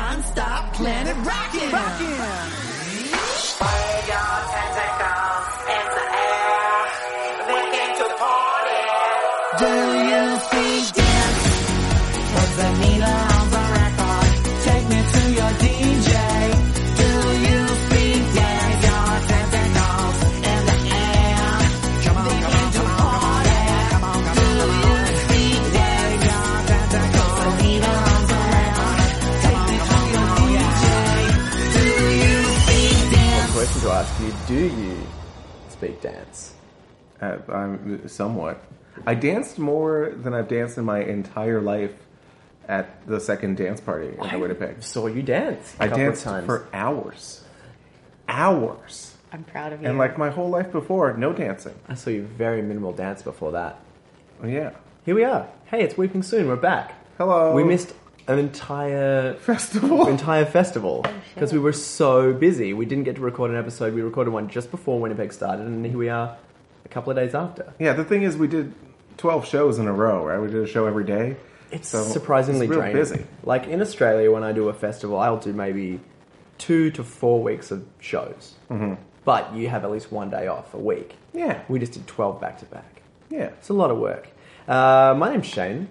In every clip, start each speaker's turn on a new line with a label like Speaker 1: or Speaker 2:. Speaker 1: Non-stop planet rockin'.
Speaker 2: Hey y'all, tentacles in the air. They came to party.
Speaker 1: Do you see dance? Put the needle on the record. Take me to your DJ. Do you see dance? Your tentacles in the air. Come on, come on, come on, come on, come on. Do you see dance? Your tentacles. Put the needle on the record. Take me to your DJ. Do you see dance?
Speaker 3: Question to ask you: Do you speak dance?
Speaker 4: Uh, I'm somewhat. I danced more than I've danced in my entire life at the second dance party in Winnipeg.
Speaker 3: Saw you dance. a
Speaker 4: I
Speaker 3: couple of
Speaker 4: danced
Speaker 3: times.
Speaker 4: for hours, hours,
Speaker 5: I'm proud of you.
Speaker 4: and like my whole life before, no dancing.
Speaker 3: I saw you very minimal dance before that.
Speaker 4: Yeah,
Speaker 3: Here we are. Hey, it's Weeping Soon. We're back.
Speaker 4: Hello.
Speaker 3: We missed an entire
Speaker 4: festival.
Speaker 3: entire
Speaker 4: Oh,
Speaker 3: festival because we were so busy. We didn't get to record an episode. We recorded one just before Winnipeg started, and here we are, a couple of days after.
Speaker 4: Yeah, the thing is, we did twelve shows in a row. Right, we did a show every day.
Speaker 3: It's
Speaker 4: So,
Speaker 3: surprisingly
Speaker 4: it's real
Speaker 3: draining.
Speaker 4: busy.
Speaker 3: Like in Australia, when I do a festival, I'll do maybe two to four weeks of shows, mm-hmm. but you have at least one day off a week.
Speaker 4: Yeah.
Speaker 3: we just did twelve back to back.
Speaker 4: Yeah,
Speaker 3: It's a lot of work. Uh, my name's Shane,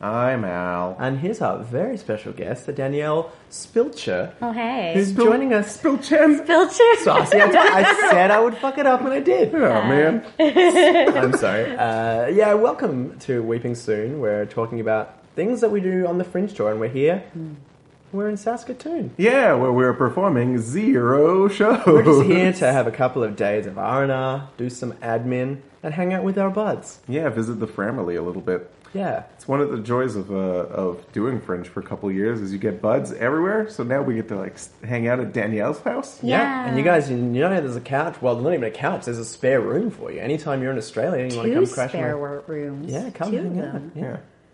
Speaker 4: I'm Al.
Speaker 3: and here's our very special guest, Danielle Spilcher,
Speaker 5: oh hey,
Speaker 3: who's joining us.
Speaker 4: Bill Chen.
Speaker 5: Spilcher.
Speaker 3: So I, see, I, did- I said I would fuck it up, and I did.
Speaker 4: Oh man,
Speaker 3: I'm sorry. Uh, yeah, welcome to Weeping Soon. We're talking about things that we do on the Fringe Tour, and we're here. We're in Saskatoon.
Speaker 4: yeah, where we're performing zero shows.
Speaker 3: We're just here to have a couple of days of R and R, do some admin, and hang out with our buds.
Speaker 4: Yeah, visit the family a little bit.
Speaker 3: Yeah,
Speaker 4: It's one of the joys of uh, of doing Fringe for a couple of years is you get buds everywhere. So now we get to like s- hang out at Danielle's house.
Speaker 5: Yeah.
Speaker 3: And you guys, you know, there's a couch. Well, not even a couch. There's a spare room for you. Anytime you're in Australia, and you want to
Speaker 5: Two
Speaker 3: come crash.
Speaker 5: spare
Speaker 3: My...
Speaker 5: wor- rooms.
Speaker 3: Yeah, come
Speaker 5: Two
Speaker 3: hang
Speaker 5: of
Speaker 3: out.
Speaker 5: them.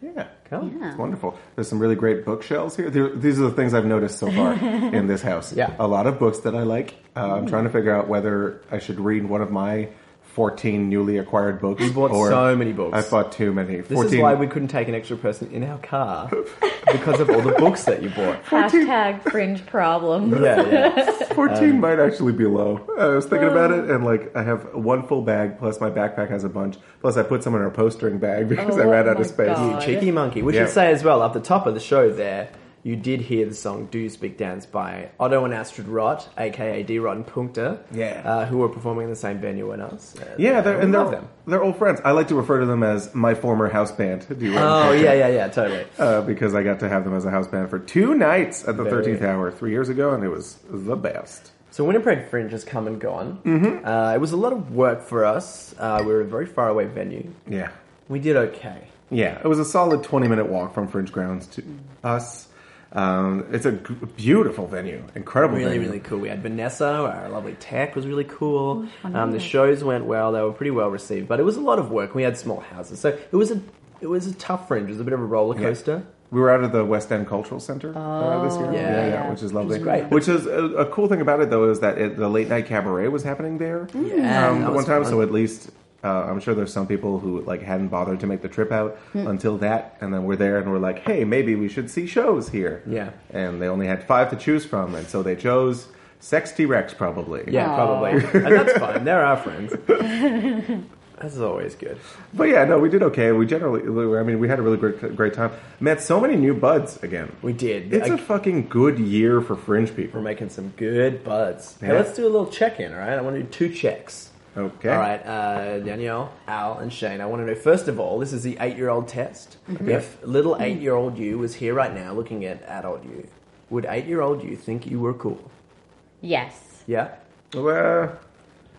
Speaker 3: Yeah,
Speaker 4: Yeah.
Speaker 3: come.
Speaker 5: Yeah.
Speaker 4: It's wonderful. There's some really great bookshelves here. There, these are the things I've noticed so far in this house.
Speaker 3: Yeah. Mm.
Speaker 4: A lot of books that I like. Uh, I'm trying to figure out whether I should read one of my 14 newly acquired books.
Speaker 3: You bought so many books.
Speaker 4: I bought too many.
Speaker 3: This
Speaker 4: 14,
Speaker 3: is why we couldn't take an extra person in our car because of all the books that you bought.
Speaker 5: Hashtag fringe problem.
Speaker 3: Yeah, yeah.
Speaker 4: 14
Speaker 3: Um,
Speaker 4: might actually be low. I was thinking about
Speaker 3: Uh.
Speaker 4: it, and like I have one full bag, plus my backpack has a bunch, plus I put some in our postering bag because I
Speaker 5: Oh
Speaker 4: ran out
Speaker 5: my
Speaker 4: of space.
Speaker 5: God.
Speaker 3: Cheeky monkey. We
Speaker 4: Yeah.
Speaker 3: should say as well, at the top of the show there, you did hear the song Do You Speak Dance by Otto and Astrid Rott, aka D Rott and Punkter,
Speaker 4: Yeah.
Speaker 3: uh, who were performing in the same venue as us. Uh,
Speaker 4: Yeah, they're,
Speaker 3: we
Speaker 4: and they're,
Speaker 3: love them.
Speaker 4: they're old friends. I like to refer to them as my former house band. Do you
Speaker 3: Oh, yeah, yeah, yeah, totally.
Speaker 4: uh, because I got to have them as a house band for two nights at the
Speaker 3: Very-
Speaker 4: 13th Hour three years ago, and it was the best.
Speaker 3: So Winnipeg Fringe has come and gone. Mm-hmm. Uh, it was a lot of work for us. Uh, we were a very far away venue.
Speaker 4: Yeah.
Speaker 3: We did okay.
Speaker 4: Yeah, it was a solid 20 minute walk from Fringe Grounds to
Speaker 3: Mm.
Speaker 4: us. Um, it's a g- beautiful venue, incredible
Speaker 3: Really,
Speaker 4: venue.
Speaker 3: really cool. We had Vanessa, our lovely tech was really cool. Um, the shows went well; they were pretty well received. But it was a lot of work. We had small houses, so it was a it was a tough fringe. It was a bit of a roller
Speaker 4: Yeah.
Speaker 3: coaster.
Speaker 4: We were out at the West End Cultural Center uh, this year.
Speaker 3: Oh, Yeah.
Speaker 4: yeah,
Speaker 3: Yeah.
Speaker 4: which is
Speaker 3: Which
Speaker 4: lovely.
Speaker 3: is great.
Speaker 4: Which is uh, a, a cool thing about it, though, is that it, the late night cabaret was happening there
Speaker 3: Mm. Yeah,
Speaker 4: um,
Speaker 3: that
Speaker 4: the one
Speaker 3: was
Speaker 4: time.
Speaker 3: fun.
Speaker 4: So at least uh, I'm sure there's some people who like hadn't bothered to make the trip out
Speaker 3: Hmm.
Speaker 4: until that, and then we're there and we're like, hey, maybe we should see shows here.
Speaker 3: Yeah.
Speaker 4: and they only had five to choose from, and so they chose Sex T Rex probably.
Speaker 3: Yeah,
Speaker 5: Aw.
Speaker 3: probably, and that's fine. They're our friends. That's always good.
Speaker 4: but yeah, no, we did okay. We generally, I mean, we had a really great great time. Met so many new buds again.
Speaker 3: We did.
Speaker 4: It's
Speaker 3: I-
Speaker 4: a fucking good year for Fringe people.
Speaker 3: We're making some good buds. Hey,
Speaker 4: Yeah.
Speaker 3: let's do a little check in. All right, I want to do two checks.
Speaker 4: Okay.
Speaker 3: All right, uh, Danielle, Al, and Shane. I want to know first of all, this is the eight-year-old test.
Speaker 4: Mm-hmm.
Speaker 3: If little eight-year-old you was here right now, looking at adult you, would eight-year-old you think you were cool?
Speaker 5: Yes.
Speaker 3: Yeah.
Speaker 4: Well, Uh,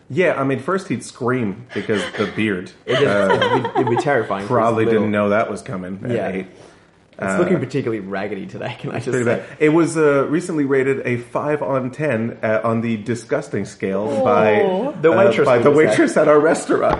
Speaker 4: yeah, I mean, first he'd scream because the beard.
Speaker 3: It
Speaker 4: Uh,
Speaker 3: it'd, be, it'd be terrifying. for
Speaker 4: probably
Speaker 3: this little-
Speaker 4: didn't know that was coming. at
Speaker 3: Yeah.
Speaker 4: eight.
Speaker 3: It's looking particularly raggedy today. Can I just
Speaker 4: Pretty
Speaker 3: say?
Speaker 4: bad. It was uh, recently rated a five on ten uh, on the disgusting scale by
Speaker 3: The
Speaker 4: uh,
Speaker 3: waitress
Speaker 4: by
Speaker 3: would
Speaker 4: the
Speaker 3: have said.
Speaker 4: waitress at our restaurant.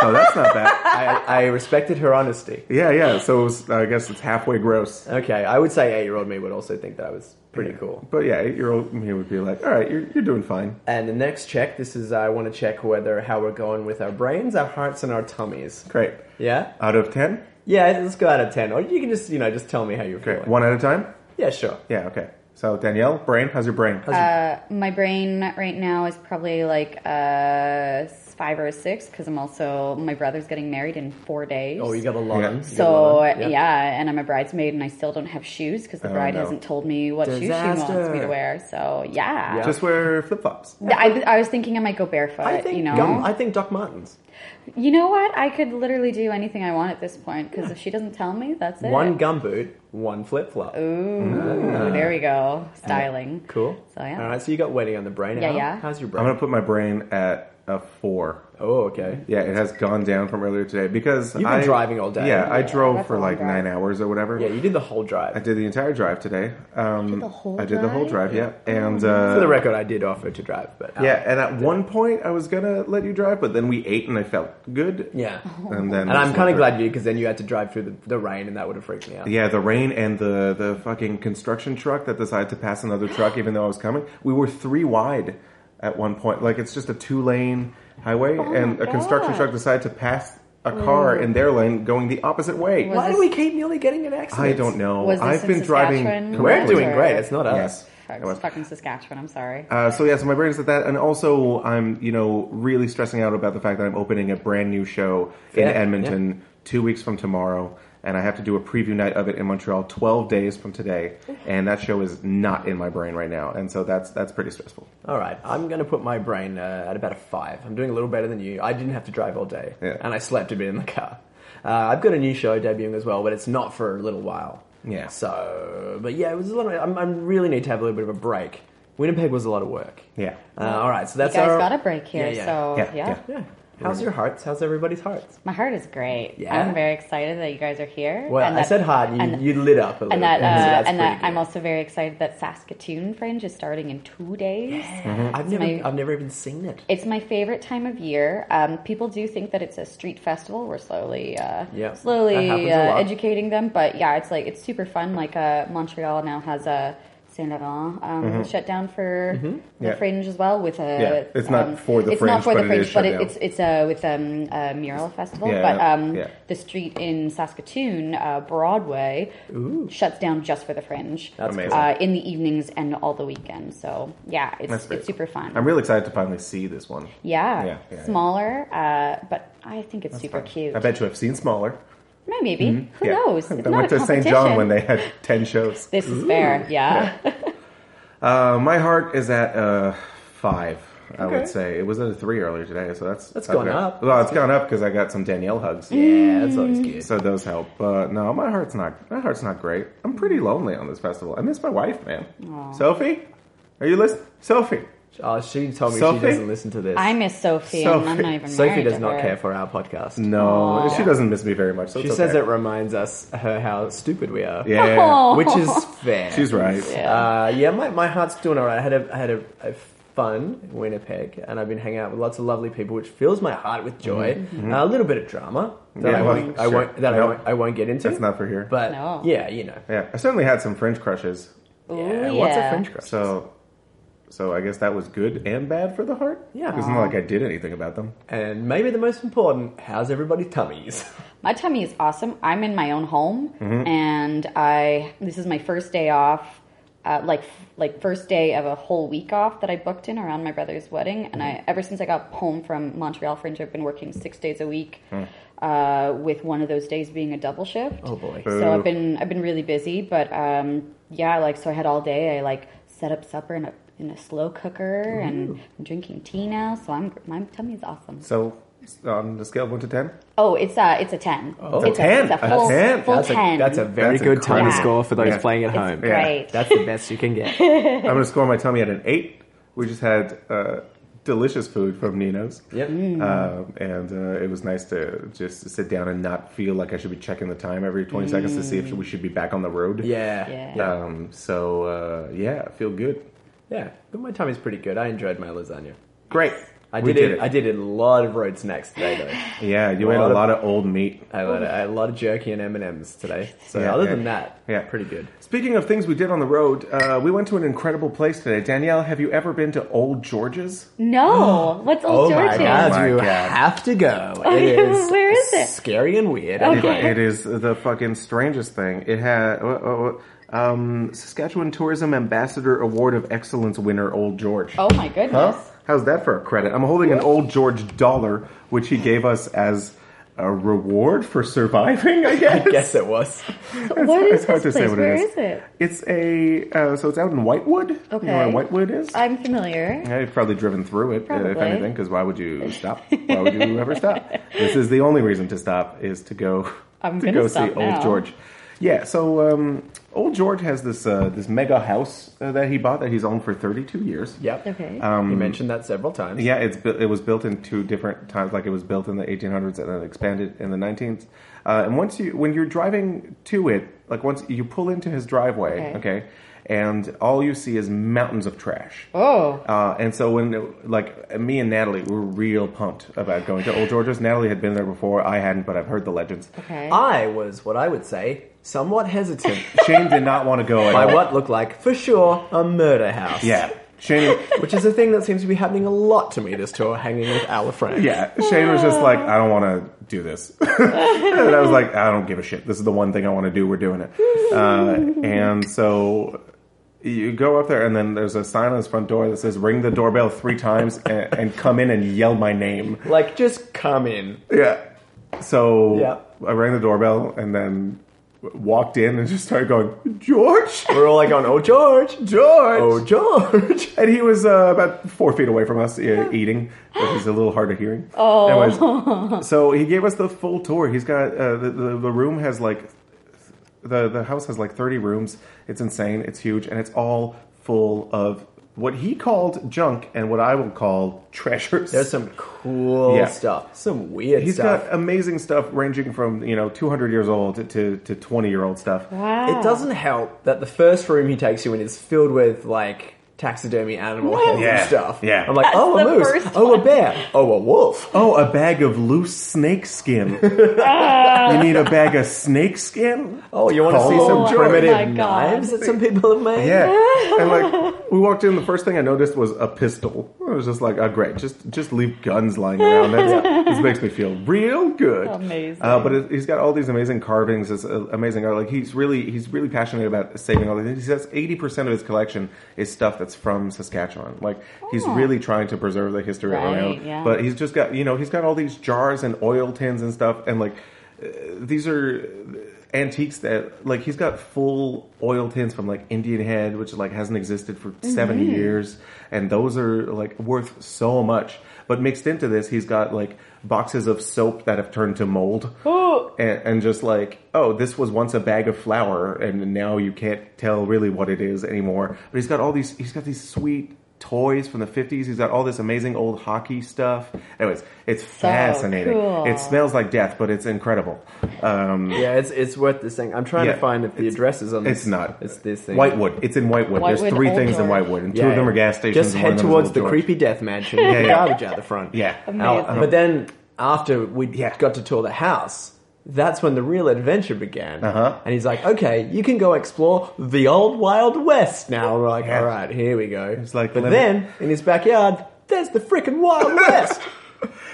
Speaker 4: so that's not bad.
Speaker 3: I, I respected her honesty.
Speaker 4: Yeah, yeah. So it was, I guess it's halfway gross.
Speaker 3: Okay, I would say eight-year-old me would also think that I was pretty cool.
Speaker 4: But yeah, eight year old me would be like, all right, you're, you're doing fine.
Speaker 3: And the next check, this is I want to check whether how we're going with our brains, our hearts, and our tummies.
Speaker 4: Great.
Speaker 3: Yeah,
Speaker 4: Out of ten?
Speaker 3: yeah. Let's go out of ten, or you can just you know just tell me how you're
Speaker 4: Great.
Speaker 3: feeling.
Speaker 4: One at a time?
Speaker 3: Yeah, sure.
Speaker 4: Yeah, okay. So, Danielle, brain, how's your brain?
Speaker 3: How's your-
Speaker 5: Uh, my brain right now is probably like uh, five or six because I'm also my brother's getting married in four days.
Speaker 3: oh, you got a lot.
Speaker 4: Yeah.
Speaker 3: on. You got a
Speaker 5: So
Speaker 3: lot on.
Speaker 5: yeah. and I'm a bridesmaid, and I still don't have shoes because the
Speaker 4: Oh,
Speaker 5: bride
Speaker 4: no.
Speaker 5: hasn't told me what shoes she wants me
Speaker 3: Disaster.
Speaker 5: to wear. So yeah,
Speaker 3: Yeah.
Speaker 4: Just wear flip flops.
Speaker 5: I, I was thinking I might go barefoot.
Speaker 3: I think
Speaker 5: you know,
Speaker 3: Doc- I think Doc Martens.
Speaker 5: you know what? I could literally do anything I want at this point because if she doesn't tell me, that's it.
Speaker 3: One gumboot, one flip flop.
Speaker 5: Ooh, there we go, styling.
Speaker 3: Cool.
Speaker 5: So, yeah.
Speaker 3: All right. So you got waiting on the brain.
Speaker 5: Yeah,
Speaker 3: Al.
Speaker 5: yeah.
Speaker 3: How's your
Speaker 4: I'm
Speaker 3: brain?
Speaker 4: going to put my brain at a four.
Speaker 3: Oh, okay.
Speaker 4: Yeah, it has gone down from earlier today because
Speaker 3: You've been
Speaker 4: I,
Speaker 3: driving all day.
Speaker 4: Yeah, I
Speaker 5: Yeah,
Speaker 4: drove
Speaker 5: that's
Speaker 4: for
Speaker 5: a long
Speaker 4: like
Speaker 5: drive.
Speaker 4: nine hours or whatever.
Speaker 3: Yeah, you did the whole drive.
Speaker 4: I did the entire drive today. Um,
Speaker 5: the whole
Speaker 4: I did the whole
Speaker 5: drive? Oh,
Speaker 4: drive. Yeah, and uh,
Speaker 3: For the record, I did offer to drive, but um, Al-
Speaker 4: yeah, and at one point I was gonna let you drive, but then we ate and I felt good.
Speaker 3: yeah.
Speaker 4: and then
Speaker 3: And I'm
Speaker 4: just
Speaker 3: kind
Speaker 4: let
Speaker 3: of
Speaker 4: her-
Speaker 3: glad you because then you had to drive through the, the rain, and that would have freaked me out.
Speaker 4: Yeah, the rain and the the fucking construction truck that decided to pass another truck even though I was coming. We were three wide at one point. Like it's just a two lane highway, and
Speaker 5: Oh my
Speaker 4: a construction
Speaker 5: God.
Speaker 4: truck decided to pass a car in their lane going the opposite way.
Speaker 5: Was
Speaker 3: Why
Speaker 5: this-
Speaker 3: do we keep nearly getting in
Speaker 4: I
Speaker 3: accidents?
Speaker 4: don't know.
Speaker 5: Was this
Speaker 4: I've
Speaker 5: in
Speaker 4: been driving.
Speaker 5: Saskatchewan?
Speaker 3: We're
Speaker 5: Correct.
Speaker 3: doing great. It's not us.
Speaker 4: Yes.
Speaker 5: Fuck,
Speaker 4: It was.
Speaker 5: fucking Saskatchewan. I'm sorry.
Speaker 4: Uh, so yeah, so my brain is at that, and also I'm you know really stressing out about the fact that I'm opening a brand new show in
Speaker 3: Yeah,
Speaker 4: Edmonton two weeks from tomorrow, and I have to do a preview night of it in Montreal twelve days from today, and that show is not in my brain right now, and so that's that's pretty stressful.
Speaker 3: All right, I'm going to put my brain uh, at about a five. I'm doing a little better than you. I didn't have to drive all day,
Speaker 4: Yeah.
Speaker 3: and I slept a bit in the car. Uh, I've got a new show debuting as well, but it's not for a little while.
Speaker 4: Yeah.
Speaker 3: So, but yeah, it was a lot. Of, I'm, I really need to have a little bit of a break. Winnipeg was a lot of work.
Speaker 4: Yeah.
Speaker 3: Uh, all right, so that's
Speaker 5: you guys
Speaker 3: our
Speaker 5: got a break here,
Speaker 3: Yeah, yeah.
Speaker 5: so
Speaker 4: Yeah,
Speaker 5: yeah.
Speaker 4: yeah.
Speaker 3: yeah. How's your hearts? How's everybody's hearts?
Speaker 5: My heart is great.
Speaker 3: Yeah?
Speaker 5: I'm very excited that you guys are here.
Speaker 3: Well, I
Speaker 5: that-
Speaker 3: said heart. You,
Speaker 5: and-
Speaker 3: you lit up a little.
Speaker 5: and that
Speaker 3: bit, so that's
Speaker 5: uh, and that
Speaker 3: pretty
Speaker 5: I'm
Speaker 3: good.
Speaker 5: also very excited that Saskatoon Fringe is starting in two days.
Speaker 3: I've never,
Speaker 5: my-
Speaker 3: I've never even seen it.
Speaker 5: It's my favorite time of year. Um, people do think that it's a street festival. We're slowly, uh,
Speaker 3: Yeah, that happens
Speaker 5: slowly
Speaker 3: a
Speaker 5: uh,
Speaker 3: lot.
Speaker 5: educating them. But yeah, it's like it's super fun. Like uh, Montreal now has a Saint Laurent um, shut down for the
Speaker 4: Mm-hmm. Yeah.
Speaker 5: Fringe as well with a.
Speaker 4: Yeah, it's not
Speaker 5: um,
Speaker 4: for the
Speaker 5: it's not
Speaker 4: Fringe,
Speaker 5: for
Speaker 4: but
Speaker 5: the
Speaker 4: it
Speaker 5: Fringe,
Speaker 4: is
Speaker 5: but
Speaker 4: shut
Speaker 5: it,
Speaker 4: down.
Speaker 5: it's it's uh, with um, a mural festival.
Speaker 4: Yeah,
Speaker 5: but um,
Speaker 4: yeah.
Speaker 5: the street in Saskatoon, uh, Broadway, shuts down just for the Fringe.
Speaker 3: That's
Speaker 4: Amazing.
Speaker 5: Uh, in the evenings and all the weekends. So yeah,
Speaker 4: That's
Speaker 5: it's
Speaker 4: great.
Speaker 5: it's super fun.
Speaker 4: I'm really excited to finally see this one. Yeah,
Speaker 5: Yeah,
Speaker 4: yeah, yeah.
Speaker 5: smaller, Uh, but I think it's super cute.
Speaker 4: I bet you I've seen smaller.
Speaker 5: Maybe. Who
Speaker 4: Yeah.
Speaker 5: knows? It's
Speaker 4: I
Speaker 5: not
Speaker 4: went
Speaker 5: a
Speaker 4: to St. John when
Speaker 5: competition.
Speaker 4: they had ten shows.
Speaker 5: This is fair. Yeah.
Speaker 4: Uh, my heart is at uh, five. I would say it was at a three earlier today, so that's
Speaker 3: That's
Speaker 4: that's
Speaker 3: gone
Speaker 4: good.
Speaker 3: up.
Speaker 4: Well, it's gone up because I got some Danielle hugs,
Speaker 3: Yeah, that's always good.
Speaker 4: so those help. But no, my heart's not my heart's not great. I'm pretty lonely on this festival. I miss my wife, man. Sophie, are you listening? Sophie,
Speaker 3: Oh, she told me
Speaker 4: Sophie?
Speaker 3: she doesn't listen to this.
Speaker 5: I miss Sophie, and I'm not even
Speaker 3: Sophie
Speaker 5: married
Speaker 3: does
Speaker 5: to
Speaker 3: not
Speaker 5: her.
Speaker 3: care for our podcast.
Speaker 4: no,
Speaker 5: Aw.
Speaker 4: she doesn't miss me very much. So
Speaker 3: She
Speaker 4: Mm. it's
Speaker 3: says
Speaker 4: okay.
Speaker 3: it reminds us her how stupid we are.
Speaker 4: Yeah,
Speaker 5: Oh.
Speaker 3: Which is fair.
Speaker 4: she's right.
Speaker 3: Uh, yeah, my, my heart's doing alright. I had a I had a, a fun Winnipeg, and I've been hanging out with lots of lovely people, which fills my heart with joy. Uh, a little bit of drama that
Speaker 4: Mm-hmm. Yeah,
Speaker 3: I
Speaker 4: well,
Speaker 3: won't, I
Speaker 4: sure.
Speaker 3: won't that I
Speaker 4: Nope.
Speaker 3: won't I won't get into.
Speaker 4: That's not for here.
Speaker 3: But
Speaker 5: No.
Speaker 3: yeah, you know.
Speaker 4: yeah, I certainly had some French crushes.
Speaker 5: Ooh,
Speaker 3: Yeah, What's a
Speaker 5: yeah.
Speaker 3: French crush?
Speaker 4: So, so I guess that was good and bad for the heart.
Speaker 3: Yeah.
Speaker 4: it's not like I did anything about them.
Speaker 3: and maybe the most important, how's everybody's tummies?
Speaker 5: My tummy is awesome. I'm in my own home,
Speaker 4: Mm-hmm.
Speaker 5: and I this is my first day off, uh, like like first day of a whole week off that I booked in around my brother's wedding. And
Speaker 4: Mm-hmm.
Speaker 5: I ever since I got home from Montreal Fringe, I've been working six days a week,
Speaker 4: Mm.
Speaker 5: uh, with one of those days being a double shift.
Speaker 3: Oh, boy.
Speaker 4: Boo.
Speaker 5: So I've been I've been really busy, but um, yeah, like so I had all day. I like set up supper in a in a slow cooker, and I'm drinking tea now. So I'm my tummy's awesome.
Speaker 4: So on the scale of one to ten,
Speaker 5: Oh, it's a it's a ten.
Speaker 4: It's Oh, a
Speaker 5: it's
Speaker 4: 10.
Speaker 5: it's a
Speaker 4: That's
Speaker 5: full,
Speaker 4: it.
Speaker 5: full
Speaker 3: that's
Speaker 5: ten.
Speaker 3: a Oh. that's a very
Speaker 4: That's
Speaker 3: good
Speaker 4: incredible.
Speaker 3: tummy
Speaker 5: Yeah.
Speaker 3: score for those
Speaker 4: Yeah.
Speaker 3: playing at home.
Speaker 4: Yeah.
Speaker 5: great.
Speaker 3: That's the best you can get.
Speaker 4: I'm gonna score my tummy at an eight. We just had uh, delicious food from Nino's,
Speaker 3: Yep.
Speaker 4: um, and uh, it was nice to just sit down and not feel like I should be checking the time every 20 seconds to see if we should be back on the road.
Speaker 3: Yeah.
Speaker 5: Yeah.
Speaker 3: Yeah.
Speaker 4: Um, so uh, yeah, I feel good.
Speaker 3: Yeah. But my tummy's pretty good. I enjoyed my lasagna.
Speaker 4: Great.
Speaker 3: I
Speaker 4: We
Speaker 3: did, it, I did a lot of road snacks today, though.
Speaker 4: Yeah, you
Speaker 3: A
Speaker 4: ate a
Speaker 3: lot of-
Speaker 4: lot of old meat.
Speaker 3: I had a, a lot of jerky and M and M's today. So
Speaker 4: Yeah,
Speaker 3: other
Speaker 4: yeah.
Speaker 3: than that,
Speaker 4: Yeah.
Speaker 3: pretty good.
Speaker 4: Speaking of things we did on the road, uh, we went to an incredible place today. Danielle, have you ever been to Old George's?
Speaker 5: No, what's
Speaker 3: Oh
Speaker 5: old
Speaker 3: my
Speaker 5: George's?
Speaker 3: god,
Speaker 4: my
Speaker 3: you
Speaker 4: God.
Speaker 3: have to go. It is
Speaker 5: Where is it?
Speaker 3: scary and weird.
Speaker 5: Okay.
Speaker 4: It is the fucking strangest thing. It had. Uh, uh, um, Saskatchewan Tourism Ambassador Award of Excellence winner, Old George.
Speaker 5: Oh my
Speaker 4: Huh?
Speaker 5: goodness.
Speaker 4: How's that for a credit? I'm holding an old George dollar, which he gave us as a reward for surviving. I guess.
Speaker 3: Guess it was.
Speaker 5: What
Speaker 4: It's
Speaker 5: is
Speaker 4: hard to
Speaker 5: this
Speaker 4: say
Speaker 5: place?
Speaker 4: what
Speaker 5: Where
Speaker 4: it
Speaker 5: is
Speaker 4: is.
Speaker 5: it?
Speaker 4: It's a uh, so it's out in Whitewood. You know where
Speaker 5: Okay. Uh,
Speaker 4: Whitewood is.
Speaker 5: I'm familiar.
Speaker 4: Yeah, you've probably driven through it, uh, if
Speaker 5: Probably.
Speaker 4: anything, because why would you stop? Why would you ever stop? This is the only reason to stop is to go
Speaker 5: I'm
Speaker 4: to
Speaker 5: gonna
Speaker 4: go
Speaker 5: stop
Speaker 4: see
Speaker 5: now.
Speaker 4: Old George. Yeah, so um, Old George has this uh, this mega house uh, that he bought that he's owned for 32 years.
Speaker 3: Yep.
Speaker 5: Okay.
Speaker 4: Um,
Speaker 3: you mentioned that several times.
Speaker 4: Yeah, it's bu- it was built in two different times. Like it was built in the 1800s and then expanded in the 19th. Uh, and once you when you're driving to it, like once you pull into his driveway,
Speaker 5: Okay.
Speaker 4: okay and all you see is mountains of trash.
Speaker 5: oh.
Speaker 4: Uh, and so when like me and Natalie were real pumped about going to Old George's. Natalie had been there before, I hadn't, but I've heard the legends.
Speaker 5: Okay.
Speaker 3: I was what I would say somewhat hesitant
Speaker 4: Shane did not want to go. At
Speaker 3: by
Speaker 4: all.
Speaker 3: what looked like, for sure, a murder house.
Speaker 4: Yeah, Shane.
Speaker 3: Which is a thing that seems to be happening a lot to me this tour, hanging with Al Frank.
Speaker 4: Yeah, Shane was just like, I don't want to do this. and I was like, I don't give a shit. This is the one thing I want to do. We're doing it. Uh, and so you go up there, and then there's a sign on his front door that says, "Ring the doorbell three times and, and come in and yell my name."
Speaker 3: Like, just come in.
Speaker 4: Yeah. So
Speaker 3: Yeah.
Speaker 4: I rang the doorbell and then w- walked in and just started going, George,
Speaker 3: We're all like going, oh, George.
Speaker 4: George.
Speaker 3: Oh, George.
Speaker 4: and he was uh, about four feet away from us uh, eating, which is a little hard of hearing.
Speaker 5: Oh.
Speaker 4: Anyways, so he gave us the full tour. He's got uh, the, the the room has like the the house has like thirty rooms. It's insane. It's huge, and it's all full of what he called junk and what I will call treasures.
Speaker 3: There's some cool
Speaker 4: Yeah.
Speaker 3: stuff. Some weird
Speaker 4: He's
Speaker 3: stuff.
Speaker 4: got amazing stuff ranging from you know 200 years old to to, to 20 year old stuff.
Speaker 5: wow.
Speaker 3: It doesn't help that the first room he takes you in is filled with like taxidermy animal heads
Speaker 4: Yeah,
Speaker 3: and stuff.
Speaker 4: yeah.
Speaker 3: I'm like,
Speaker 5: That's
Speaker 3: oh, a
Speaker 5: the
Speaker 3: moose.
Speaker 5: first
Speaker 3: Oh, a bear. Oh, a wolf.
Speaker 4: Oh, a bag of loose snake skin. you need a bag of snake skin?
Speaker 3: Oh, you want to see
Speaker 4: Oh,
Speaker 3: some
Speaker 4: my
Speaker 3: primitive
Speaker 5: God.
Speaker 3: knives that some people have made?
Speaker 4: Yeah.
Speaker 5: Oh,
Speaker 4: and like we walked in, the first thing I noticed was a pistol. I was just like, oh great, just just leave guns lying around. That's, this makes me feel real good.
Speaker 5: Amazing.
Speaker 4: Uh, but it, he's got all these amazing carvings. It's uh, amazing art. Like he's really he's really passionate about saving all these things. He says eighty percent of his collection is stuff that's from Saskatchewan. Like he's
Speaker 5: Oh.
Speaker 4: really trying to preserve the history
Speaker 5: Right,
Speaker 4: around.
Speaker 5: yeah.
Speaker 4: But he's just got you know he's got all these jars and oil tins and stuff and like uh, these are antiques that like he's got full oil tins from like Indian Head, which like hasn't existed for
Speaker 5: Mm-hmm.
Speaker 4: seventy years, and those are like worth so much. But mixed into this, he's got like boxes of soap that have turned to mold,
Speaker 5: Oh.
Speaker 4: and, and just like oh, this was once a bag of flour, and now you can't tell really what it is anymore. But he's got all these. He's got these sweet. Toys from the 50s. He's got all this amazing old hockey stuff. Anyways, it's fascinating.
Speaker 5: cool.
Speaker 4: It's smells like death, but it's incredible. Um,
Speaker 3: Yeah, it's it's worth this thing. I'm trying
Speaker 4: Yeah.
Speaker 3: to find if the
Speaker 4: It's-
Speaker 3: address is on this.
Speaker 4: it's not.
Speaker 3: It's this thing.
Speaker 4: Whitewood. It's in Whitewood. There's
Speaker 5: Whitewood,
Speaker 4: three
Speaker 5: Old
Speaker 4: things in
Speaker 5: George.
Speaker 4: Whitewood, and two
Speaker 3: Yeah,
Speaker 4: of them are gas stations.
Speaker 3: Just
Speaker 4: and one
Speaker 3: head
Speaker 4: of them is
Speaker 3: towards
Speaker 4: Old
Speaker 3: the
Speaker 4: George.
Speaker 3: creepy death mansion with
Speaker 4: Yeah,
Speaker 3: the
Speaker 4: yeah.
Speaker 3: garbage out the front.
Speaker 4: Yeah. uh-huh.
Speaker 5: Amazing.
Speaker 3: Now, but then after we
Speaker 4: Yeah.
Speaker 3: got to tour the house, that's when the real adventure began.
Speaker 4: Uh-huh.
Speaker 3: And he's like, "Okay, you can go explore the old Wild West now." And we're like,
Speaker 4: Yeah.
Speaker 3: "All right, here we go."
Speaker 4: It's like,
Speaker 3: but
Speaker 4: let me-
Speaker 3: then in his backyard, there's the frickin' Wild West.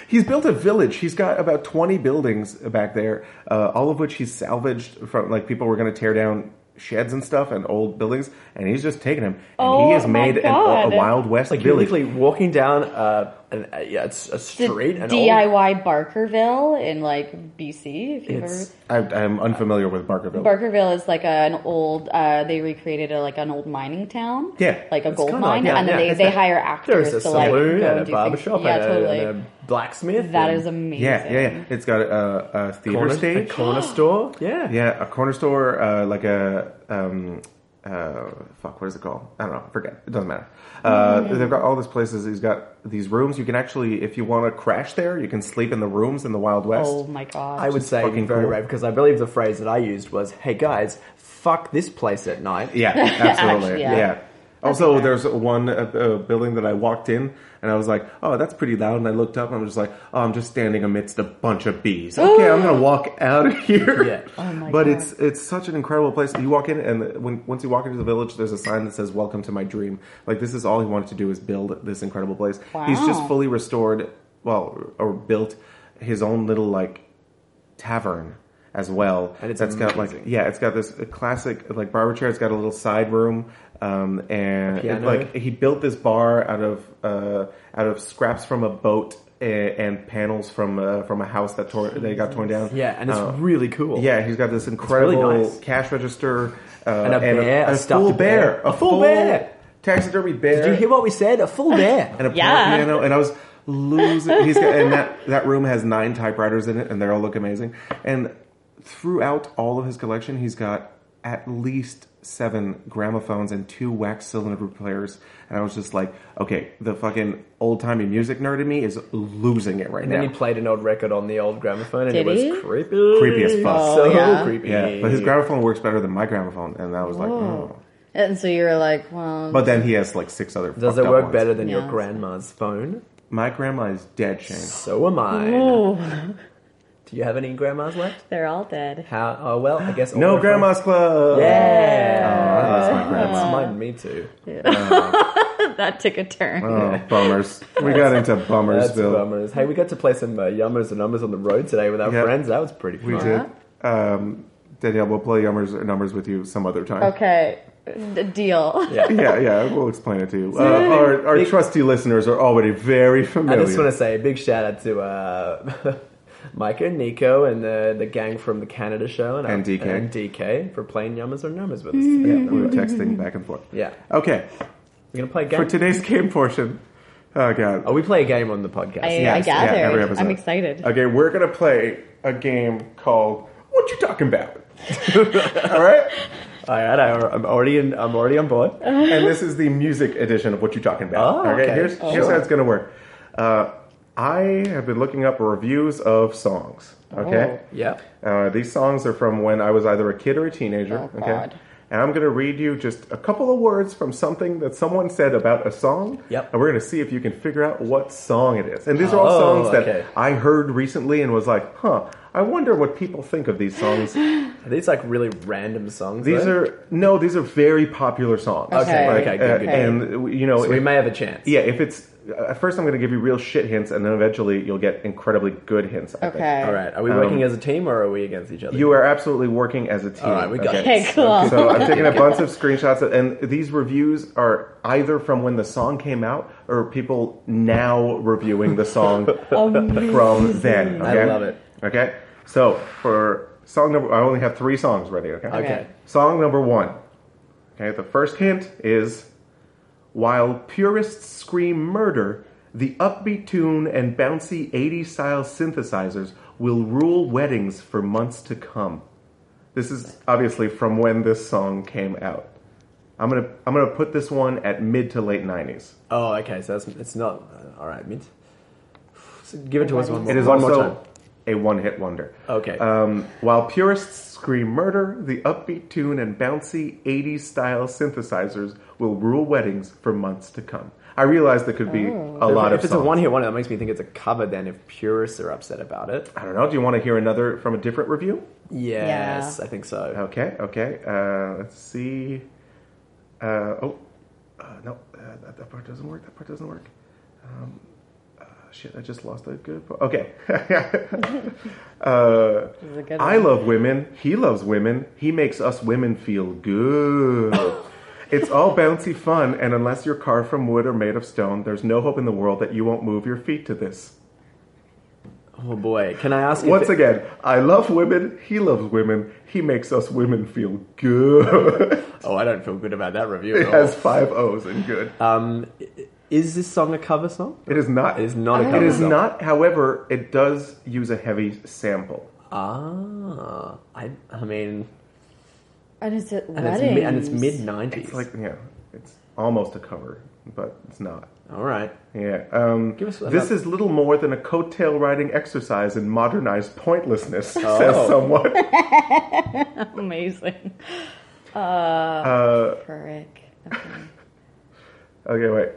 Speaker 4: He's built a village. He's got about 20 buildings back there, uh, all of which he's salvaged from, like, people were going to tear down sheds and stuff and old buildings, and he's just taken them. And
Speaker 5: Oh
Speaker 4: he has
Speaker 5: my
Speaker 4: made an,
Speaker 5: God.
Speaker 4: a Wild West
Speaker 3: like you're
Speaker 4: village.
Speaker 3: literally walking down uh, an, uh, yeah, it's a
Speaker 5: The
Speaker 3: street, an old
Speaker 5: DIY Barkerville in like BC. If you've
Speaker 3: It's-
Speaker 5: ever
Speaker 4: I, I'm unfamiliar with Barkerville.
Speaker 5: Barkerville is like an old. Uh, they recreated a, like an old mining town.
Speaker 4: Yeah.
Speaker 5: like a
Speaker 4: It's
Speaker 5: gold
Speaker 3: kinda
Speaker 5: mine,
Speaker 3: like- yeah,
Speaker 5: and then
Speaker 4: yeah,
Speaker 5: they,
Speaker 4: it's
Speaker 5: they
Speaker 4: that-
Speaker 5: hire actors
Speaker 3: There's a
Speaker 5: to like go
Speaker 3: saloon and a
Speaker 5: do
Speaker 3: barber
Speaker 5: things.
Speaker 3: shop
Speaker 5: Yeah,
Speaker 3: and, a,
Speaker 5: totally.
Speaker 3: and a blacksmith.
Speaker 5: that
Speaker 3: and
Speaker 5: is amazing.
Speaker 4: yeah, yeah, yeah. It's got a, a theater
Speaker 3: corner, a
Speaker 4: stage.
Speaker 3: corner store. Yeah.
Speaker 4: Yeah, a corner store, uh, like a um, uh, fuck, what is it called? I don't know. Forget. It doesn't matter. Uh,
Speaker 5: Mm-hmm.
Speaker 4: They've got all these places. He's got these rooms. You can actually, if you want to crash there, you can sleep in the rooms in the Wild West.
Speaker 5: Oh my god.
Speaker 3: I would say
Speaker 4: fucking
Speaker 3: very
Speaker 4: cool.
Speaker 3: brave because I believe the phrase that I used was, "Hey guys, fuck this place at night."
Speaker 4: Yeah, absolutely.
Speaker 5: Actually,
Speaker 4: yeah.
Speaker 5: yeah.
Speaker 4: Also, there's one uh, uh, building that I walked in and I was like, oh, that's pretty loud. And I looked up and I'm just like, oh, I'm just standing amidst a bunch of bees. Okay, I'm going to walk out of here.
Speaker 3: Yeah.
Speaker 5: Oh my
Speaker 4: but
Speaker 5: God.
Speaker 4: it's it's such an incredible place. You walk in and when once you walk into the village, there's a sign that says "Welcome to my dream." Like this is all he wanted to do is build this incredible place. He's just
Speaker 5: Wow.
Speaker 4: fully restored, well, or built his own little like tavern as well.
Speaker 3: And it's
Speaker 4: that's got like
Speaker 3: amazing.
Speaker 4: yeah, it's got this classic like barber chair. It's got a little side room, um, and
Speaker 3: piano.
Speaker 4: it, like he built this bar out of uh, out of scraps from a boat and, and panels from uh, from a house that tore that got torn down.
Speaker 3: Yeah, and it's
Speaker 4: Uh,
Speaker 3: really cool.
Speaker 4: yeah, he's got this
Speaker 3: really
Speaker 4: incredible
Speaker 3: nice.
Speaker 4: cash register uh,
Speaker 3: And a bear, a stuffed
Speaker 4: full
Speaker 3: bear.
Speaker 4: bear,
Speaker 3: A full bear.
Speaker 4: taxidermy bear.
Speaker 3: Did you hear what we said? A full bear.
Speaker 4: and a
Speaker 5: Yeah.
Speaker 4: power piano, and I was losing. He's got, and that that room has nine typewriters in it, and they all look amazing. And throughout all of his collection, he's got at least seven gramophones and two wax cylinder players. And I was just like, okay, the fucking old timey music nerd in me is losing it right
Speaker 3: And
Speaker 4: now.
Speaker 3: then he played an old record on the old gramophone, and it
Speaker 5: Did
Speaker 3: was
Speaker 5: he?
Speaker 3: creepy,
Speaker 4: Creepy as fuck.
Speaker 5: Oh,
Speaker 3: so
Speaker 5: yeah.
Speaker 3: creepy.
Speaker 4: yeah, but his gramophone works better than my gramophone, and I was like, oh.
Speaker 5: And so you were like, well,
Speaker 4: But then he has like six other.
Speaker 3: Does
Speaker 4: fucked
Speaker 3: it
Speaker 4: up
Speaker 3: work
Speaker 4: ones.
Speaker 3: better than your
Speaker 5: Yeah.
Speaker 3: grandma's phone?
Speaker 4: My grandma is dead, Shane.
Speaker 3: So am I.
Speaker 5: oh,
Speaker 3: Do you have any grandmas left?
Speaker 5: they're all dead.
Speaker 3: How? Oh well, I guess all
Speaker 4: No
Speaker 3: of them-
Speaker 4: grandma's club.
Speaker 3: Yeah,
Speaker 4: that's my
Speaker 3: that's
Speaker 4: grandma.
Speaker 3: mine. Me too.
Speaker 5: that took a turn.
Speaker 4: Oh, bummers. We got into
Speaker 3: That's
Speaker 4: Bummersville.
Speaker 3: bummers. Hey, we got to play some uh, yummers and numbers on the road today with our
Speaker 4: Yep.
Speaker 3: friends. That was pretty fun.
Speaker 4: We did. Um, Danielle, we'll play Yummers or Numbers with you some other time.
Speaker 5: Okay, D- deal.
Speaker 3: Yeah.
Speaker 4: Yeah, yeah, we'll explain it to you. Uh, our our trusty listeners are already very
Speaker 3: I
Speaker 4: familiar.
Speaker 3: just want to say a big shout out to uh, Micah and Nico and the, the gang from the Canada show and, uh,
Speaker 4: And DK.
Speaker 3: and DK for playing Yummers or Numbers with us.
Speaker 4: yeah, we
Speaker 3: Yeah,
Speaker 4: were texting back and forth.
Speaker 3: Yeah.
Speaker 4: Okay,
Speaker 3: we're gonna play a
Speaker 4: for
Speaker 3: game.
Speaker 4: today's game portion. Oh, God.
Speaker 3: Oh, we play a game on the podcast.
Speaker 5: I,
Speaker 4: Yes,
Speaker 5: I
Speaker 4: yeah,
Speaker 5: gathered.
Speaker 4: every episode.
Speaker 5: I'm excited.
Speaker 4: Okay, we're gonna play a game called "What You Talking About." All right,
Speaker 3: All right, I, I'm already in, I'm already on board.
Speaker 4: and this is the music edition of "What You Talking About."
Speaker 3: Oh, okay.
Speaker 4: here's,
Speaker 3: Oh.
Speaker 4: here's how it's gonna work. Uh, I have been looking up reviews of songs.
Speaker 3: Oh.
Speaker 4: Okay,
Speaker 3: Yeah.
Speaker 4: uh, these songs are from when I was either a kid or a teenager.
Speaker 5: Oh,
Speaker 4: okay,
Speaker 5: God.
Speaker 4: and I'm gonna read you just a couple of words from something that someone said about a song.
Speaker 3: Yep.
Speaker 4: and we're gonna see if you can figure out what song it is. And these are all
Speaker 3: Oh,
Speaker 4: songs that
Speaker 3: okay.
Speaker 4: I heard recently and was like, huh, I wonder what people think of these songs.
Speaker 3: Are these like really random songs?
Speaker 4: These
Speaker 3: though?
Speaker 4: are, no, these are very popular songs.
Speaker 5: Okay.
Speaker 4: Like,
Speaker 3: Okay, good,
Speaker 4: uh,
Speaker 3: good,
Speaker 4: And, you know,
Speaker 3: So we
Speaker 4: if-
Speaker 3: may have a chance.
Speaker 4: yeah, if it's, uh, at first I'm going to give you real shit hints and then eventually you'll get incredibly good hints. I think.
Speaker 5: Okay.
Speaker 3: All right. Are we working as a team or are we against each other?
Speaker 4: Um, You are absolutely working as a team.
Speaker 3: All right, we got
Speaker 5: Okay,
Speaker 3: this.
Speaker 5: cool.
Speaker 4: So I'm taking a bunch of screenshots, and these reviews are either from when the song came out or people now reviewing the song from then.
Speaker 3: I
Speaker 4: Okay?
Speaker 3: love it.
Speaker 4: Okay, so for song number, I only have three songs ready. Okay,
Speaker 3: Okay.
Speaker 4: song number one. Okay, the first hint is while purists scream murder, the upbeat tune and bouncy 80s style synthesizers will rule weddings for months to come. This is obviously from when this song came out. I'm gonna I'm gonna put this one at mid to late 90s.
Speaker 3: Oh, okay. So that's it's not uh, all right. Mint. So give it to us one more.
Speaker 4: It is
Speaker 3: one
Speaker 4: also
Speaker 3: more time.
Speaker 4: a one-hit wonder.
Speaker 3: Okay.
Speaker 4: Um, while purists scream murder, the upbeat tune and bouncy 80s style synthesizers will rule weddings for months to come. I realize there could be a
Speaker 3: If-
Speaker 4: lot
Speaker 3: if
Speaker 4: of
Speaker 3: it's
Speaker 4: songs.
Speaker 3: a one-hit wonder, that makes me think it's a cover. Then, if purists are upset about it,
Speaker 4: I don't know. Do you want to hear another from a different review?
Speaker 3: yes, I think so.
Speaker 4: Okay, okay. Uh, let's see. Uh, oh, uh, no, uh, that, that part doesn't work. That part doesn't work. Um, uh, shit, I just lost a good. Po- okay. uh,
Speaker 5: is a good
Speaker 4: I
Speaker 5: one.
Speaker 4: love women. He loves women. He makes us women feel good. it's all bouncy fun, and unless you're carved from wood or made of stone, there's no hope in the world that you won't move your feet to this.
Speaker 3: Oh boy, can I ask? if
Speaker 4: Once
Speaker 3: it-
Speaker 4: again, I love women. He loves women. He makes us women feel good.
Speaker 3: Oh, I don't feel good about that review
Speaker 4: It
Speaker 3: at all.
Speaker 4: has five O's and good.
Speaker 3: Um, i- is this song a cover song?
Speaker 4: it is not.
Speaker 3: It is not a cover
Speaker 4: It is
Speaker 3: song.
Speaker 4: not. However, it does use a heavy sample.
Speaker 3: Ah, I, I mean,
Speaker 5: And is it
Speaker 3: and it's,
Speaker 5: weddings?
Speaker 3: mi- and it's mid nineties.
Speaker 4: It's like yeah, it's almost a cover, but it's not.
Speaker 3: all right,
Speaker 4: Yeah. Um,
Speaker 3: Give us
Speaker 4: this
Speaker 3: another-
Speaker 4: is little more than a coattail riding exercise in modernized pointlessness,
Speaker 3: Oh.
Speaker 4: says someone.
Speaker 5: Amazing. Uh, frick.
Speaker 4: Okay, wait.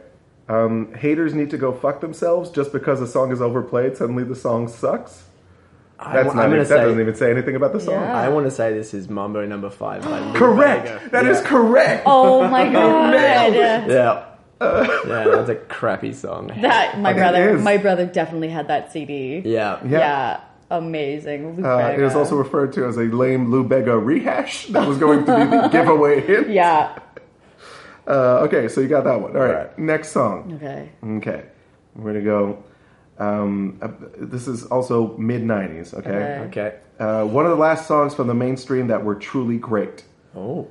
Speaker 4: Um, haters need to go fuck themselves just because a song is overplayed. Suddenly the song sucks.
Speaker 3: I,
Speaker 4: That's
Speaker 3: am
Speaker 4: not.
Speaker 3: gonna
Speaker 4: Even,
Speaker 3: say.
Speaker 4: that doesn't even say anything about the song.
Speaker 5: Yeah.
Speaker 3: I want to say this is Mambo Number Five. by Lou Bega.
Speaker 4: Correct. That is
Speaker 3: Yeah.
Speaker 4: correct.
Speaker 5: Oh my god.
Speaker 3: Yeah. yeah, that's a crappy song.
Speaker 5: That my
Speaker 4: Fucking
Speaker 5: brother
Speaker 4: is.
Speaker 5: my brother definitely had that CD.
Speaker 3: yeah.
Speaker 4: Yeah.
Speaker 5: Yeah. amazing. Lou
Speaker 4: Uh, it was
Speaker 5: Bega.
Speaker 4: also referred to as a lame Lou Bega rehash that was going to be the giveaway hint.
Speaker 5: yeah.
Speaker 4: Uh, okay, so you got that one. All right,
Speaker 3: All right.
Speaker 4: next song.
Speaker 5: Okay.
Speaker 4: Okay, we're gonna go. Um, uh, this is also mid '90s. Okay,
Speaker 5: Okay.
Speaker 3: Okay.
Speaker 4: Uh, one of the last songs from the mainstream that were truly great.
Speaker 3: Oh.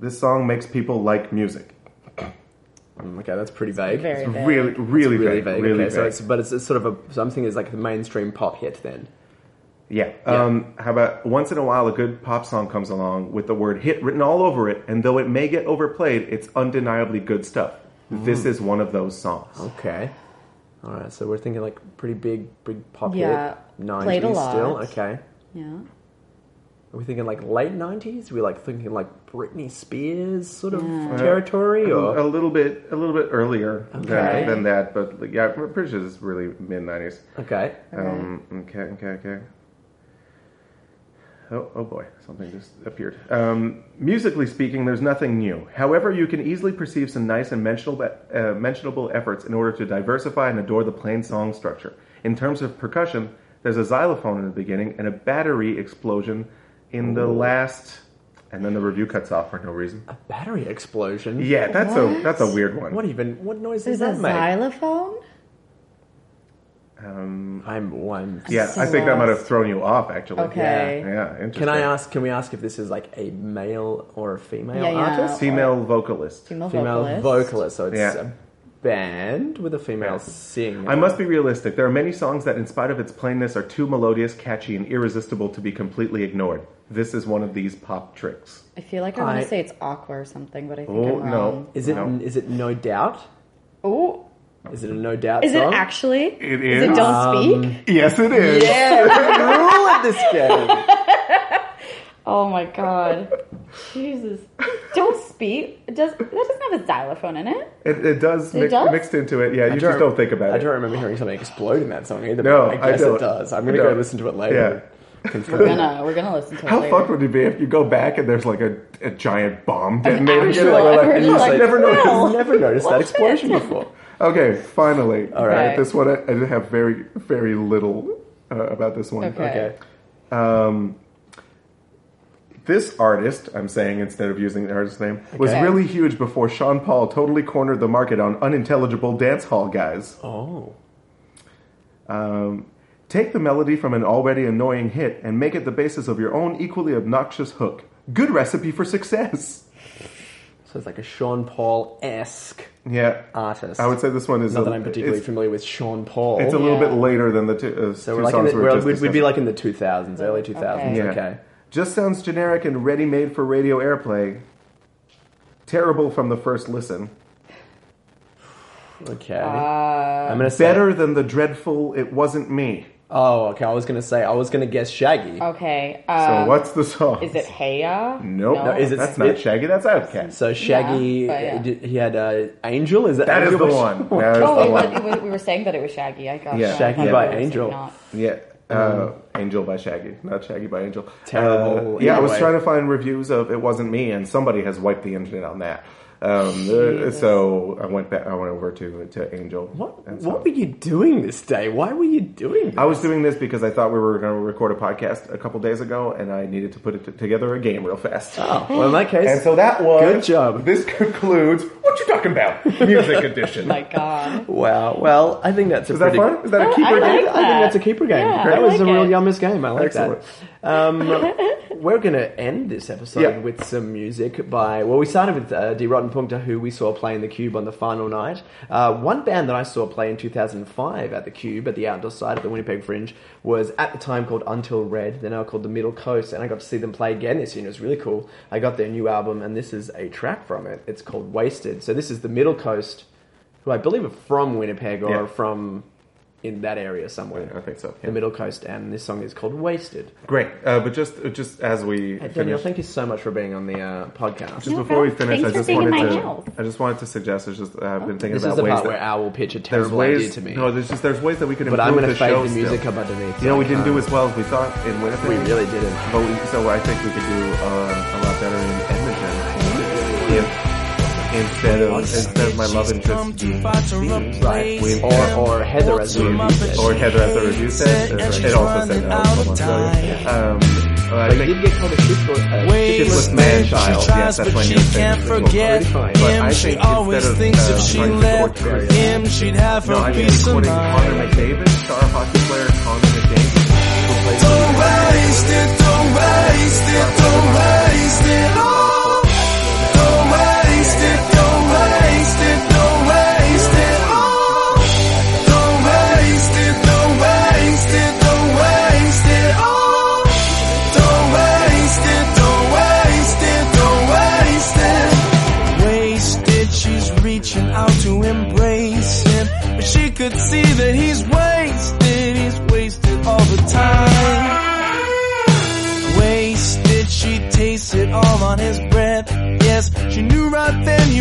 Speaker 4: This song makes people like music.
Speaker 3: Mm, Okay, that's pretty vague.
Speaker 5: Very
Speaker 4: It's
Speaker 5: big.
Speaker 4: really,
Speaker 3: Really
Speaker 4: really, vague.
Speaker 3: vague.
Speaker 4: Really
Speaker 3: okay,
Speaker 4: vague.
Speaker 3: so it's but it's, it's sort of a something is like the mainstream pop hit then.
Speaker 4: yeah.
Speaker 3: Yeah.
Speaker 4: Um, how about once in a while a good pop song comes along with the word hit written all over it, and though it may get overplayed, it's undeniably good stuff. This is one of those songs.
Speaker 3: Okay. All right, so we're thinking like pretty big, big pop
Speaker 5: Yeah,
Speaker 3: hit. Nineties
Speaker 5: played a lot.
Speaker 3: still. Okay.
Speaker 5: Yeah.
Speaker 3: Are we thinking like late nineties? We're like thinking like Britney Spears sort of territory,
Speaker 4: A
Speaker 3: or
Speaker 4: little bit, a little bit earlier
Speaker 3: Okay.
Speaker 4: than, than that, but like, yeah, I'm pretty sure this is really mid '90s.
Speaker 3: okay.
Speaker 4: Um, okay, okay, okay. Oh, oh boy, something just appeared. Um, musically speaking, there's nothing new. However, you can easily perceive some nice and mentionable, uh, mentionable efforts in order to diversify and adore the plain song structure. In terms of percussion, there's a xylophone in the beginning and a battery explosion in the last, and then the review cuts off for no reason.
Speaker 3: A battery explosion.
Speaker 4: Yeah, that's a that's a weird one.
Speaker 3: Uh, What even? What noise
Speaker 5: There's a
Speaker 3: does that make?
Speaker 5: xylophone.
Speaker 4: Um,
Speaker 3: I'm one.
Speaker 4: yeah,
Speaker 5: so
Speaker 4: I think that might have
Speaker 5: lost.
Speaker 4: thrown you off actually.
Speaker 5: Okay.
Speaker 4: Yeah, interesting.
Speaker 3: Can I ask? Can we ask if this is like a male or a female
Speaker 5: Yeah, yeah.
Speaker 3: artist?
Speaker 4: Female vocalist.
Speaker 5: Female,
Speaker 3: Female vocalist.
Speaker 5: vocalist.
Speaker 3: So it's
Speaker 4: Yeah.
Speaker 3: a band with a female
Speaker 4: Yeah.
Speaker 3: singer.
Speaker 4: I must be realistic. There are many songs that, in spite of its plainness, are too melodious, catchy, and irresistible to be completely ignored. This is one of these pop tricks.
Speaker 5: I feel like I want
Speaker 3: I-
Speaker 5: to say it's aqua or something, but I think
Speaker 4: Oh,
Speaker 5: I'm
Speaker 4: no.
Speaker 5: wrong.
Speaker 3: Is it?
Speaker 4: No.
Speaker 3: Is it no doubt?
Speaker 5: Oh,
Speaker 3: Is it a no doubt?
Speaker 5: is it
Speaker 3: song?
Speaker 5: actually?
Speaker 4: It
Speaker 5: Is
Speaker 4: is.
Speaker 5: it Don't Speak?
Speaker 4: Yes, it is.
Speaker 3: Yeah, we rule at this game.
Speaker 5: Oh my god, Jesus! Don't Speak. It does that doesn't have a xylophone in it?
Speaker 4: It, it does, mix,
Speaker 5: does?
Speaker 4: mixed into it. Yeah, you just
Speaker 3: don't-
Speaker 4: don't think about
Speaker 3: I
Speaker 4: it.
Speaker 3: don't remember hearing something explode in that song either.
Speaker 4: No,
Speaker 3: but
Speaker 4: I
Speaker 3: I guess
Speaker 4: don't.
Speaker 3: it does. I'm
Speaker 4: I
Speaker 3: gonna go
Speaker 4: don't.
Speaker 3: listen to it later. Confirm.
Speaker 5: We're gonna we're gonna listen to it
Speaker 4: How
Speaker 5: later.
Speaker 4: fucked would you be if you go back and there's like a, a giant bomb detonating?
Speaker 5: actual-
Speaker 4: You're like,
Speaker 5: I've
Speaker 4: like,
Speaker 5: heard
Speaker 4: you
Speaker 5: of, like,
Speaker 4: never
Speaker 5: wow.
Speaker 4: noticed.
Speaker 3: I've never noticed that explosion before.
Speaker 4: Okay, finally. All
Speaker 5: right.
Speaker 4: This one, I, I have very, very little uh, about this one.
Speaker 5: Okay.
Speaker 3: Okay.
Speaker 4: This artist, I'm saying instead of using the artist's name, was
Speaker 3: Okay.
Speaker 4: really huge before Sean Paul totally cornered the market on unintelligible dance hall guys.
Speaker 3: Oh.
Speaker 4: Um, take the melody from an already annoying hit and make it the basis of your own equally obnoxious hook. Good recipe for success.
Speaker 3: So it's like a Sean Paul esque
Speaker 4: Yeah.
Speaker 3: artist.
Speaker 4: I would say this one is
Speaker 3: Uh, Not
Speaker 4: a-
Speaker 3: that I'm particularly
Speaker 4: it's,
Speaker 3: familiar with Sean Paul.
Speaker 4: it's a little
Speaker 5: Yeah.
Speaker 4: bit later than the two, uh,
Speaker 3: so
Speaker 4: two
Speaker 3: we're like in
Speaker 4: songs
Speaker 3: the,
Speaker 4: we were
Speaker 3: we're-
Speaker 4: just
Speaker 3: we'd, we'd be
Speaker 4: discussing.
Speaker 3: like in the 2000s, early 2000s.
Speaker 5: Okay.
Speaker 3: Okay.
Speaker 4: Just sounds generic and ready made for radio airplay. Terrible from the first listen.
Speaker 3: Okay.
Speaker 5: Uh,
Speaker 3: I'm gonna say.
Speaker 4: Better than the dreadful It Wasn't Me.
Speaker 3: Oh, okay. I was gonna say. I was gonna guess Shaggy.
Speaker 5: Oh. okay.
Speaker 4: So
Speaker 5: Um,
Speaker 4: what's the song?
Speaker 5: Is it Heya?
Speaker 4: Nope.
Speaker 5: No.
Speaker 3: No, is it-
Speaker 4: that's not Shaggy. That's Outkast.
Speaker 3: So Shaggy,
Speaker 5: but yeah.
Speaker 3: uh, did- he had uh, Angel. Is that
Speaker 4: That is
Speaker 3: Angel
Speaker 4: the
Speaker 3: by-
Speaker 4: one. That is
Speaker 5: Oh,
Speaker 4: the
Speaker 5: it was,
Speaker 4: one.
Speaker 5: it was, we were saying that it was Shaggy. I got
Speaker 4: Yeah.
Speaker 5: that. I
Speaker 3: Shaggy
Speaker 5: thought
Speaker 3: by
Speaker 5: we were saying
Speaker 3: Angel.
Speaker 5: not.
Speaker 4: Yeah. Uh, Angel by Shaggy, not Shaggy by Angel.
Speaker 3: Mm-hmm. Terrible.
Speaker 4: Uh, yeah, I was
Speaker 3: Anyway.
Speaker 4: trying to find reviews of "It Wasn't Me," and somebody has wiped the internet on that. Um, uh, so I went back. I went over to to Angel.
Speaker 3: What?
Speaker 4: and
Speaker 3: what
Speaker 4: saw-
Speaker 3: were you doing this day? Why were you doing
Speaker 4: I
Speaker 3: that?
Speaker 4: was doing this because I thought we were going to record a podcast a couple days ago, and I needed to put it t- together a game real fast.
Speaker 3: Oh, well, in that
Speaker 4: And
Speaker 3: case,
Speaker 4: so that was
Speaker 3: Good job.
Speaker 4: This concludes. What you talking about? Music edition.
Speaker 5: My God.
Speaker 3: wow. Well, I think that's a
Speaker 4: Is that
Speaker 3: pretty-
Speaker 4: fun? Is that a
Speaker 5: I
Speaker 4: keeper
Speaker 5: like
Speaker 4: game?
Speaker 3: I think that's a keeper game.
Speaker 5: Yeah,
Speaker 3: that
Speaker 5: I
Speaker 3: was a
Speaker 5: like
Speaker 3: real
Speaker 5: it.
Speaker 3: yummers game. I like
Speaker 4: Excellent.
Speaker 3: that. Um, we're going to end this episode
Speaker 4: Yeah.
Speaker 3: with some music by. Well, we started with uh, De Rotten Punkter, who we saw play in the Cube on the final night. Uh, one band that I saw play in 2005 at the Cube at the outdoor side of the Winnipeg Fringe was at the time called Until Red. They're now called the Middle Coast, and I got to see them play again this year. and It was really cool. I got their new album, and this is a track from it. It's called Wasted. So this is the Middle Coast, who I believe are from Winnipeg or
Speaker 4: Yeah.
Speaker 3: from in that area somewhere.
Speaker 4: I think so, yeah.
Speaker 3: The Middle Coast, and this song is called "Wasted."
Speaker 4: Great. Uh, but just just as we
Speaker 3: Hey, Daniel,
Speaker 4: finish,
Speaker 3: thank you so much for being on the uh, podcast.
Speaker 4: just
Speaker 5: No
Speaker 4: before we
Speaker 5: problem.
Speaker 4: finish,
Speaker 5: Thanks
Speaker 4: I
Speaker 5: for
Speaker 4: just
Speaker 5: being in
Speaker 4: wanted
Speaker 5: my
Speaker 4: to
Speaker 5: house.
Speaker 4: I just wanted to suggest. There's just uh, I've been thinking
Speaker 3: Oh, this is
Speaker 4: about
Speaker 3: the
Speaker 4: ways
Speaker 3: part
Speaker 4: that
Speaker 3: where Al will pitch a
Speaker 4: there's
Speaker 3: terrible idea
Speaker 4: ways.
Speaker 3: to me,
Speaker 4: No, there's just there's ways that we could improve
Speaker 3: but I'm going
Speaker 4: the
Speaker 3: to fade
Speaker 4: show
Speaker 3: the music
Speaker 4: still.
Speaker 3: up underneath.
Speaker 4: You know, we
Speaker 3: I
Speaker 4: didn't do
Speaker 3: can't.
Speaker 4: as well as we thought in Winnipeg.
Speaker 3: We really didn't.
Speaker 4: But um,
Speaker 3: Hmm?
Speaker 4: we, so I think we could do uh, a lot better in Edmonton if instead of instead of my love interest being the
Speaker 3: Right.
Speaker 4: Queen
Speaker 3: Or, or Heather as the review said.
Speaker 4: or Heather as the review said. That's right. It also said that I was someone brilliant. Um, I
Speaker 3: But you did
Speaker 4: think
Speaker 3: get called a shit uh,
Speaker 4: shitless
Speaker 3: shitless
Speaker 4: man
Speaker 3: man-child.
Speaker 4: child. Yes, that's my new favorite.
Speaker 3: forget
Speaker 4: But I think instead of uh, trying to court Gloria,
Speaker 6: she'd have
Speaker 4: no, I think courting Connor McDavid, star hockey player Connor McDavid, who plays
Speaker 6: waste it, don't waste it, don't waste it all. Don't waste it, don't waste it, don't waste it all. Don't waste it, don't waste it, don't waste it all. Don't waste it, don't waste it, don't waste it. Wasted, she's reaching out to embrace him, but she could see that he's wasted, he's wasted all the time wasted. She tasted all on his breath. Yes, she knew right then he